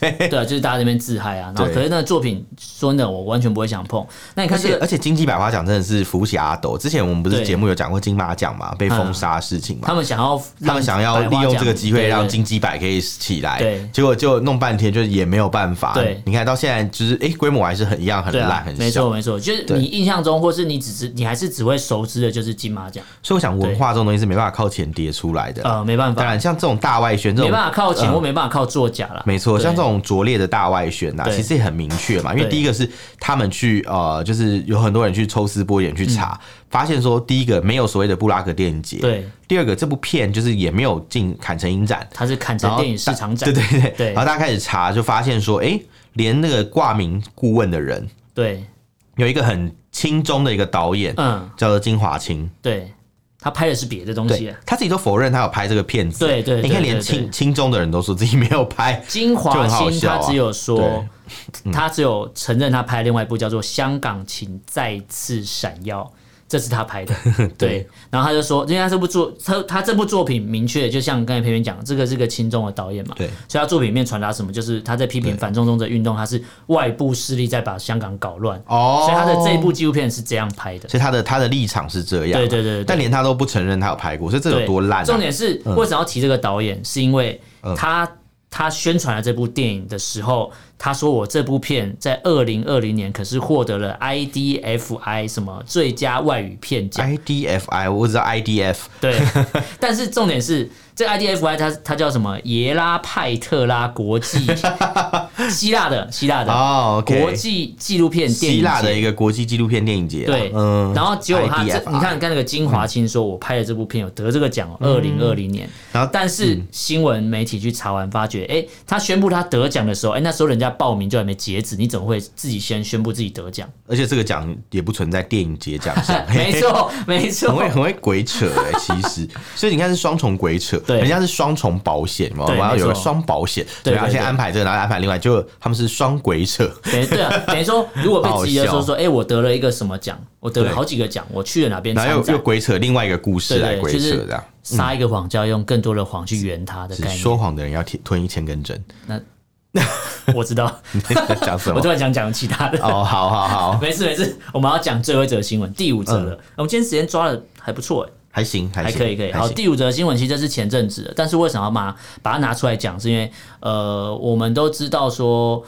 对对啊，就是大家这边自嗨啊，然后对可是那个作品，说真的，我完全不会想碰。那你而看这且个而且金鸡百花奖真的是扶起阿斗，之前我们不是对节目有讲过金马奖嘛，被封杀的事情嘛。他们想要他们想要利用这个机会让金金鸡百可以起来，对结果就弄半天，就是也没有办法。对你看到现在就是，哎、规模还是很一样，很对烂、啊，很没小错。没错，就是对你印象中，或是你只是你还是只会熟知的，就是金马奖，所以我想，对文化这种东西是没办法靠钱叠出来的。呃，没办当法，然，像这种大外宣，这没种办法靠钱，呃或没办法靠作假啦。没错，对像这种拙劣的大外宣呐、对其实也很明确嘛。因为对第一个是他们去呃，就是有很多人去抽丝剥茧去查，发现说第一个没有所谓的布拉格电影节，嗯对，第二个这部片就是也没有进坎城影展，它是砍然成后电影市场展，对对对，对然后大家开始查，就发现说，哎、连那个挂名顾问的人对，有一个很轻中的一个导演，嗯，叫做金华清，对，他拍的是别的东西对啊。他自己都否认他有拍这个片子，对对对你看对连对轻轻中的人都说自己没有拍，金就华很好星笑他啊只有说对，嗯他只有承认他拍另外一部叫做《香港请再次闪耀》，这是他 拍的。对，然后他就说，因为他这部作他他这部作品明确，就像刚才培培讲，这个是个轻重的导演嘛，对，所以他作品里面传达什么，就是他在批评对反送中的运动，他是外部势力在把香港搞乱，哦，所以他的这一部纪录片是这样拍的。所以他的他的立场是这样，对对对对但连他都不承认他有拍过，所以这有对多烂、啊？嗯重点是为什么要提这个导演，是因为他、他宣传了这部电影的时候，他说我这部片在二零二零年可是获得了 IDFI 什么最佳外语片哎奖。 IDFI，我只知道 IDF，对，但是重点是这 IDFI 它它叫什么？耶拉派特拉国 际，希腊的希腊的、哦，OK 国际纪录片电影希腊的节啊一个国际纪录片电影节啊、对，嗯，然后结果他这 IDFI 你看，刚那个金华青说，我拍的这部片有得这个奖，二零二零年。嗯然后但是新闻媒体去查完，发觉，哎，他宣布他得奖的时候，哎，那时候人家报名就还没截止，你怎么会自己先宣布自己 得奖？，而且这个奖也不存在电影节奖项 没错，没很错会，很会鬼扯哎、 其实，所以你看是双重鬼扯，对人家是双重保险嘛，我对们要有没个错双保险，对然后对先对安排这个，然后安排另外，就他们是双鬼扯，等于对啊，等 于说，如果被质疑的时好候笑说，哎，我得了一个什么奖，我得了对好几个奖，我去了哪边然后参又又嗯展，鬼扯另外一个故事对来对，鬼就扯是这样。撒一个谎，就要用更多的谎去圆它的只概说念。谎的人要贴吞一千根针， 我知道，讲什我么突？然想讲其他的。哦，好好 好，没事没事，我们要讲最后一则新闻，第五则了。我们今天时间抓的还不错、欸，还行，还还行可以可以。还好，行第五则新闻其实这是前阵子的，但是为什么要把把它拿出来讲？是因为呃，我们都知道说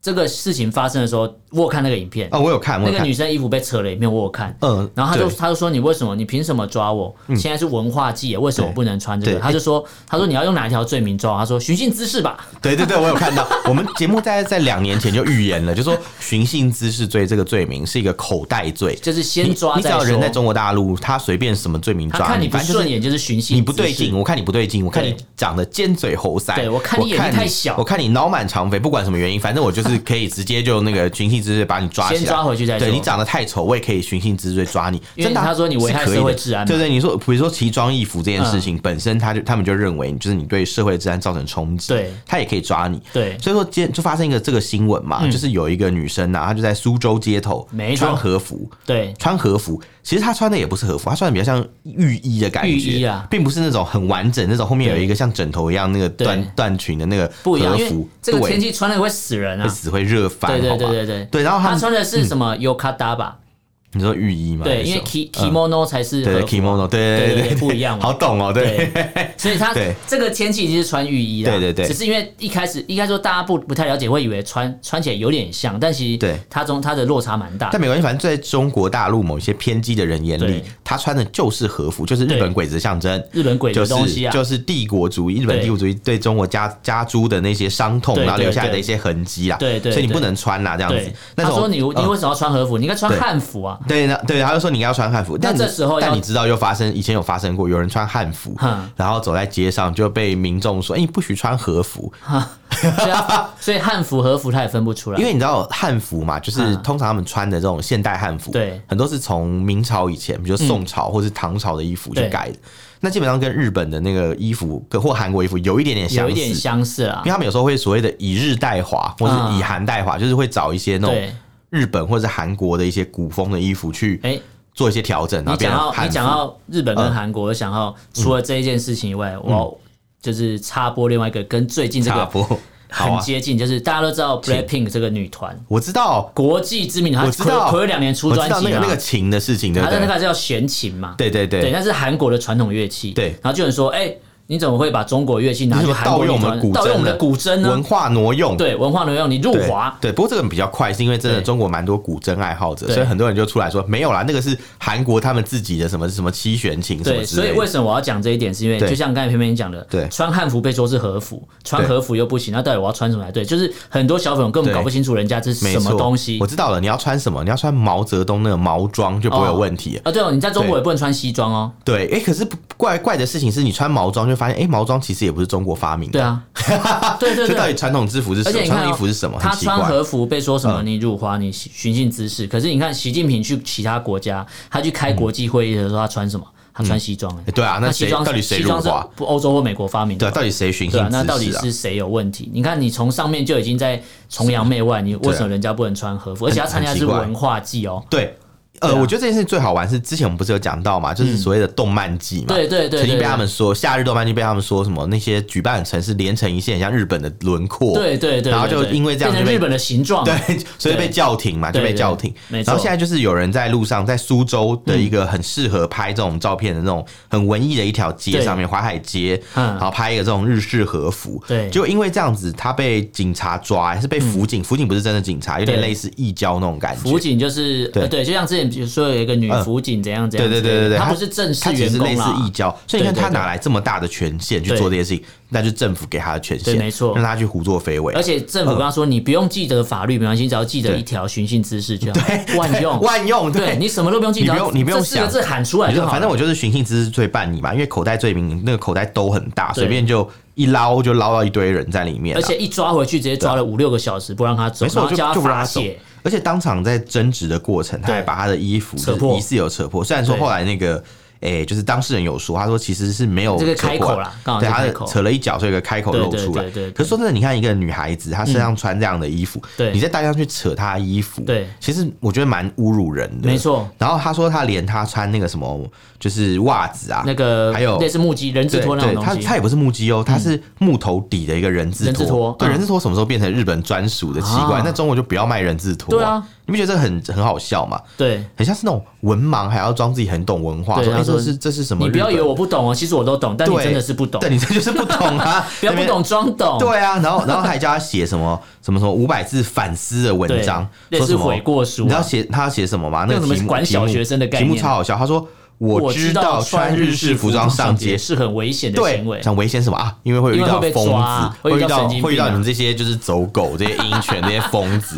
这个事情发生的时候，我有看那个影片，哦，我有看，我那有个看，女生衣服被扯了影片，我有看。嗯，然后他就对嗯他就说你为什么你凭什么抓我？现在是文化祭耶，为什么我不能穿这个？对他就说他说你要用哪一条罪名抓我？他说寻衅滋事吧。对对对，我有看到。 我们节目在在两年前就预言了，就说寻衅滋事罪这个罪名是一个口袋罪，就是先抓你。你只再要人说在中国大陆，他随便什么罪名他抓看你不反正就是顺眼就是寻衅，你不对劲，，我看你不对劲，我看对你长得尖嘴猴腮，对我看你眼睛太小我看你脑满肠肥，不管什么原因，反正我就是可以直接就那个寻衅滋事把你抓起来，先抓回去再说啊对你长得太丑，我也可以寻衅滋事抓你。因为真的啊他说你危害是可以的社会治安嘛嗯对对，你说比如说奇装异服这件事情、本身，他就他们就认为你就是你对社会治安造成冲击，对他也可以抓你。对嗯所以说今天就发生一个这个新闻嘛，就是有一个女生呐、啊，她就在苏州街头没错穿和服，对穿和服，其实她穿的也不是和服，她穿的比较像浴衣的感觉，浴衣啊并不是那种很完整那种后面有一个像枕头一样那个对缎缎裙的那个不一样，和因为服，这个对天气穿了会死人啊会。死会热翻，对对好吧对对对对，然后嗯他她穿的是什么 Yokada 吧？你说浴衣吗？对，因为 ki kimono 才是嗯对和啊 kimono，对对对对不一样 嘛好懂哦，对，对，所以他对这个天气已经是穿浴衣了，对对对只是因为一开始应该说大家不不太了解，会以为穿穿起来有点像，但其实对它中它的落差蛮大的但。没关系，反正在中国大陆某一些偏激的人眼里对，他穿的就是和服，就是日本鬼子的象征。日本鬼子就的东是西啊，就是帝国主义，日本对帝国主义对中国加加诸的那些伤痛，对然后对留下来的对一些痕迹啦，对对对所以你不能穿啊啦这样子对。，那他种说你你呃为什么要穿和服？你应该穿对汉服啊。对，那对，他就说你应该要穿汉服。但你这时候要但你知道又发生，以前有发生过，有人穿汉服哼，然后走在街上就被民众说：“哎、你不许穿和服，所以他所以汉服和服他也分不出来，因为你知道汉服嘛，就是嗯通常他们穿的这种现代汉服，对很多是从明朝以前，比如说宋朝或是唐朝的衣服去对改的。那基本上跟日本的那个衣服跟或韩国衣服有一点点相有似，一点相似啊啦因为。他们有时候会所谓的以日代华，或是嗯以韩代华，就是会找一些那种对，日本或是韩国的一些古风的衣服去哎，做一些调整，然你后变成讲到汉你服。嗯讲到日本跟韩国，我想到除了这一件事情以外，我要就是插播另外一个跟最近这差个不多好很啊，接近，就是大家都知道 Blackpink 这个女团。我知道，国际知名度，她我知道隔两年出我专知道那辑个嘛那，个琴的事情，对不她在那对？个叫弦琴嘛，对对对，对，那是韩国的传统乐器。对然后就有人说，哎、你怎么会把中国乐器拿你去怎么韩国盗用女我们团古盗用我筝们呢的古筝呢文？化挪用。对，文化挪用，你入对华。对，不过这个比较快，是因为真的对中国蛮多古筝爱好者，对所以很多人就出来说没有啦，那个是韩国他们自己的什么什么七弦琴什么对，之所以类为的。什么我要讲这一点？是因为对就像刚才偏偏讲的，对穿汉服被说是和服，穿对和服又不行，那到底我要穿什么才对？就是很多小粉红根本对搞不清楚人家这是没什么错，东西哦我。知道了。你要穿什么？你要穿毛泽东那个毛装就不会有哦问题了。啊，对哦，你在中国对也不能穿西装哦。对，哎、可是不怪怪的事情是你穿毛装就发现，哎、毛装其实也不是中国发明的。对啊，所以对对到 对底。传统制服是什而且么？你传看、统哦，衣服是什么？他很奇怪。嗯穿和服被说什么？你辱华，你寻衅滋事。可是你看，习近平去其他国家，他去开国际会议的时候，他穿什么？他穿西装、欸诶对啊，那西谁装到底谁西辱装是华？不欧洲或美国发明对的啊，吧？到底谁寻衅滋对事啊啊？，那到底是谁有问题？你看，你从上面就已经在崇洋媚外，你为什么人家不能穿和服？而且他参加的是很奇怪文化祭哦。对，呃，对啊嗯我觉得这件事最好玩是之前我们不是有讲到嘛，就是所谓的动漫季嘛，对对对曾经对被他们说夏日动漫季被他们说什么那些举办的城市连成一线，很像日本的轮廓，对对对，然后就对对因为这样变就成被日本的形状。对， 所以对被叫停嘛，就对被对叫停。没然后错现在就是有人在路上，在苏州的一个很适合拍这种照片的那种很文艺的一条街对上面，淮海街，嗯然后拍一个这种日式和服。对嗯就因为这样子，他被警察抓，还是被辅警？辅警不是真的警察，有点对类似义交那种感觉。辅警就是对呃对，就像之前比如说有一个女嗯辅警怎样怎对样，对对对对，她他不是正式他只员是工类似啦义，交，所以你看对对他对哪来这么大的权限去对做这些事情？那就是政府给他的权限，对没错让他去胡作非为而。且政府跟他说，你不用记得法律，没关系，你只要记得一条寻衅滋事就好， 万用。嗯万用对你什么都不用记，你只不要用你不用这四个想字喊出来你就就好了。反正我就是寻衅滋事罪办你嘛，因为口袋罪名那个口袋兜很大，对随便就一捞就捞到一堆人在里面啊、而且一抓回去直接抓了五六个小时，不让他走，没然错，后就叫就不让罚他走写。。而且当场在争执的过程，他对还把他的衣服扯就是破疑似有扯破。虽然说对后来那个。诶、就是当事人有说，他说其实是没有这个扯破开口啦刚好是对，他开的口扯了一脚，所以有个开口对露对出来。对对对可是说真的，你看一个女孩子，她身上穿这样的衣服，对你再带上去扯她的衣服，对其实我觉得蛮侮辱人的。没错，然后他说他连他穿那个什么，就是袜子啊，那个还有类似木屐、人字对拖那对，种东它西，嗯它也不是木屐哦，它是木头底的一个人字人字拖对，嗯人字拖什么时候变成日本专属的？奇怪，啊那中国就不要卖人字拖。对啊，你不觉得这个很很好笑吗？对。很像是那种文盲还要装自己很懂文化，对啊说哎他说这是这是什么？你不要以为有，我不懂哦，其实我都懂，但你对真的是不懂对，，你这就是不懂啊， 不要不懂装那边。懂。对啊，然后然后还叫他写什么什么什么五百字反思的文对章，类说似什么悔过书啊你知道写他要写什么吗？那那个种题目管小学生的概题目念超好笑。他说我我知知道道穿穿日日式式服服装装上上街街是很危险的对行，为。想危险什么啊？因为会遇到因为会被疯抓啊子，遇会遇到到神经病啊会遇到你们这些就是走狗、这些鹰 犬、这些疯子。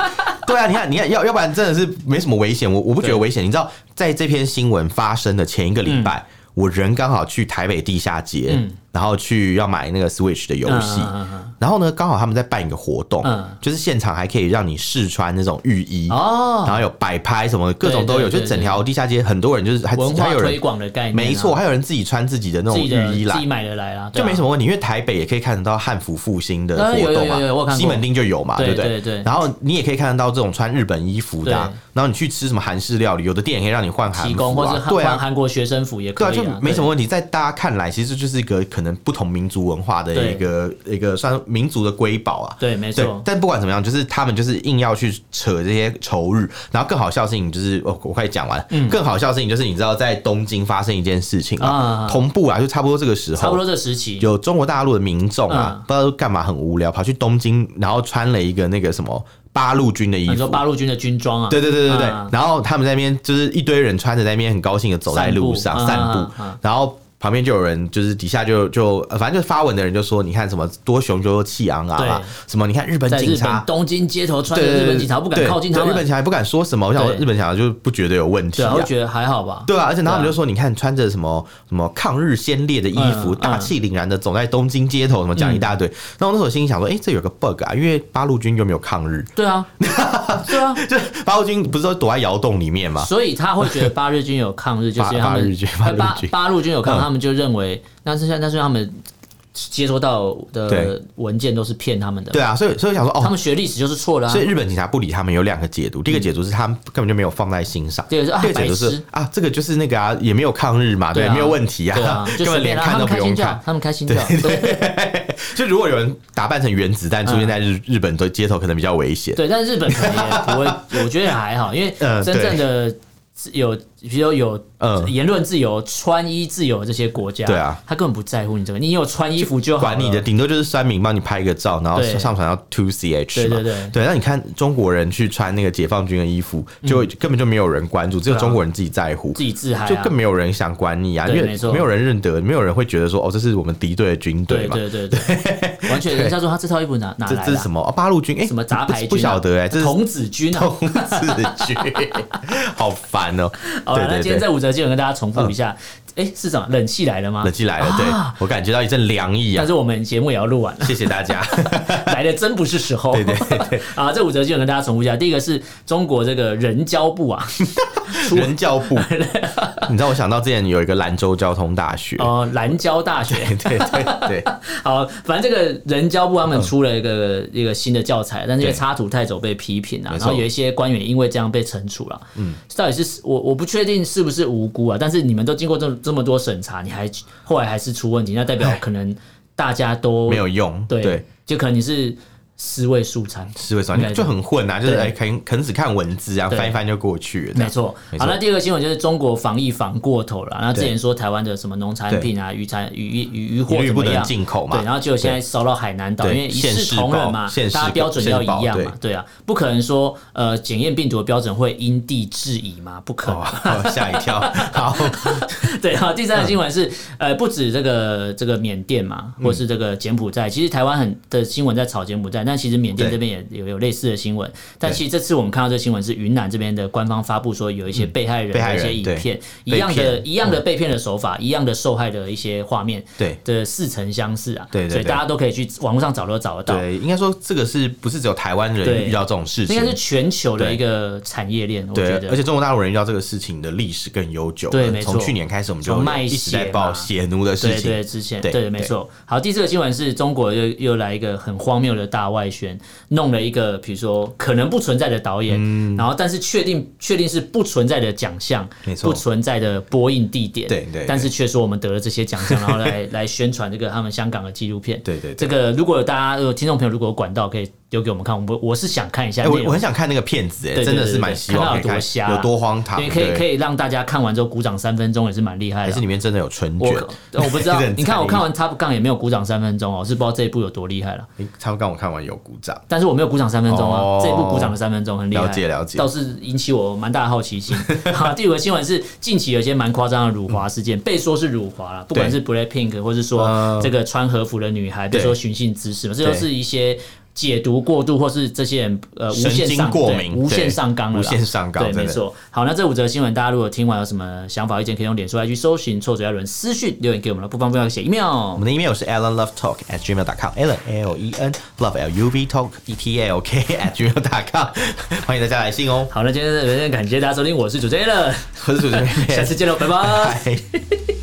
对啊，你看，你看，要要不然真的是没什么危险。我我不觉得危险。你知道，在这篇新闻发生的前一个礼拜，嗯我人刚好去台北地下街，然后去要买那个 Switch 的游戏。嗯嗯嗯然后呢，刚好他们在办一个活动，嗯就是现场还可以让你试穿那种浴衣，哦然后有摆拍什么，各种都有，对对对就整条地下街很多人就是还文还化有推人，广的概念啊，没错，还有人自己穿自己的那自种己的浴衣自啦，己买的来啦，啊就没什么。么问题，因为台北也可以看得到汉服复兴的啊活有有动嘛，有有我有看过西门町就有嘛，对不对？对对然后你也可以看得到这种穿日本衣服的啊对，然后你去吃什么韩式料理，有的店也可以让你换韩提服供或是啊，韩对换啊，韩国学生服也对啊，可以就啊，没什对么问题。在大家看来，其实就是一个可能不同民族文化的一个一个算民族的瑰宝啊。对，没对错，，但不管怎么样，就是他们就是硬要去扯这些仇日，然后更好笑的事情就是，哦，我快讲完了。嗯更好笑的事情就是，你知道在东京发生一件事情啊，啊同步啊，就差不多这个时候，差不多这时期有中国大陆的民众啊，嗯不知道干嘛很无聊，跑去东京，然后穿了一个那个什么八路军的衣你服说。八路军的军装啊，对对对对对，嗯然后他们在那边就是一堆人穿着在那边很高兴的走在路上散步散步，嗯嗯嗯然后旁边就有人就是底下就就呃反正就发文的人就说，你看什么多雄赳赳气昂昂啊对，什么你看日本在警日察本。东京街头穿着对对对日本警察不敢对靠近他对们日，本警察也不敢说什么。我想说对日本警察就不觉得有问题对啊，啊会，觉得还好吧？对啊，而且他们对啊就说，你看穿着什么什么抗日先烈的衣服，嗯大气凛然的走在东京街头，什么讲一大堆。那我那时候心里想说，哎、这有个 bug 啊，因为八路军又没有抗日，对啊，对 啊，就是八路军不是都躲在窑洞里面吗？所以他会觉得八日军有抗日，就是因为他啊八们八日军呃八八日军八路军有抗，嗯他们就认为那是那是他们接收到的对文件都是骗他们的，对啊，所以所以我想说，他哦，们学历史就是错的啊所以。日本警察不理他们有两个解读，第一个解读是他们根本就没有放在心上。第二个是啊第二个解读白是痴啊，这个就是那个啊，也没有抗日嘛，对对，啊没有问题对 啊，就根随本连便啦，看他都们不开用心就看 好。，他们开心就好。对就如果有人打扮成原子嗯弹出现在日日本的街头，可能比较危险。对，但日本可能也不 会，我觉得还好，因为呃真对正的自有，比如有嗯言论自由、穿衣自由这些国家，对啊，他根本不在乎你这个，你有穿衣服就好了管你的，顶多就是酸民帮你拍个照，然后哦嗯对上传到 Two CH 对嘛。对对嗯那你看中国人去穿那个解放军的衣服，就根本就没有人关注，只有对啊中国人自己在乎。自己自嗨就啊更。没有人想管你啊，因对为没错没有人认得，没有人会觉得说哦，这是我们敌对的军队对嘛？对对对， 完全人家说他这套衣服哪哪这来这的是啊？什么？哦八路军？哎，什么杂牌军啊？不不晓 得哎，这是童 子军啊。童子军，好烦哦。 好了，那对今天对对，这五则新闻跟大家重复一下。哎，市长，冷气来了吗冷？气啊来了，对我感觉到一阵凉意啊啊但！是我们节目也要录 完了，谢谢大 家。来的真不是时候。对对 对，啊，这五则新闻跟大家重复一下。第一个是中国这个人交部 啊，人教 部，你知道我想到之前有一个兰州交通大学，哦，蓝交大学。 对 对对，好，反正这个人交部他们出了一个、一个新的教材，但是因为插图太走被批评啊，嗯没然错后有一些官员因为这样被惩处了。嗯，到底是我我不确定是不是无辜啊，但是你们都经过这这么多审查，你还后来还是出问题，那代表可能大家都哎没有用，对，对，就可能你是尸位素餐。思维转就很混啊，就是对哎，可能可能只看文字啊，对翻一翻就过去了，这没样错，没好，错那第二个新闻就是中国防疫防过头了。那之对前说台湾的什么农产品啊、渔产、渔渔渔一货律怎不么能样？进口嘛对，，然后结果现在烧到海南岛，因对为一视同仁嘛现，世报大家标准要一现样世嘛报，对啊，不可能说呃检验病毒的标准会因地制宜嘛，不可能。哦，吓一 跳，好，对，然后第嗯三个新闻是呃不止这个这个缅甸嘛，或是这个柬埔寨，其实台湾很的新闻在炒柬埔寨，但其实缅甸对这边也有有类似的新闻，但对其实这次我们看到这个新闻是云南这边的官方发布说有一些被害人嗯被害的一人些影对片，一被样的骗嗯一样的被骗的手法，一样的受害的一些画面，对的似曾相识啊，对对所以对大家都可以去网络上找都找得到。对，应该说这个是不是只有台湾对人遇到这种事应该是情？全球的对一个产业链，我对觉，得而。且中国大陆人遇到这个事情的历史更悠久了。对没错从去年开始我们就从卖一直在血嘛报血奴的事对情。对，之前对对没对错。好，第四个新闻是中国又又来一个很荒谬的大外宣，弄了一个比如说可能不存在的导演，然后但是确定确定是不存在的奖项嗯没，错不存在的播映地点，对对对但是却说我们得了这些奖项，然后来 来宣传这个他们香港的纪录片。对对对这个如果有大家有听众朋友如果有管道可以丢给我们看，我们我是想看一下哎，内我容我很想看那个片子，哎，对对真的对是对蛮对希看到望可有以多看瞎啊有多荒唐，对，可以可以，以让大家看完之后鼓掌三分钟也是蛮厉害还的是。里面真的有春我呃卷？我不知道 真的，很你看我残看完 Top Gun 也没有鼓掌三分钟哦，是不知道这一部有多厉害了。忍，哎他们刚我看完有鼓掌。但是我没有鼓掌三分钟啊，哦这一部鼓掌了三分钟，很厉害，了解了解倒是引起我蛮大的好 奇心。 好，第五个新闻是近期有一些蛮夸张的辱华事件，被说是辱华了，不管是 BLACKPINK 或是说呃这个穿和服的女孩被对说寻衅滋事嘛，这都是一些。解读过度，或是这些人呃无神限经上过对敏无限对上纲了啦，无限上纲对，真没的错。好，那这五则新闻，大家如果听完有什么想法、意见，可以用脸书来去搜寻臭嘴艾伦私讯留言给我们了，不方便要写 email 我。们的 email 是 allenlovetalk at gmail.com，allen l e n love l u v talk e t l k at gmail.com，欢迎大家来信哦。 好，那今天的感谢大家收听，我是主持人 Allen，我是主持人，下次见喽，拜拜。拜。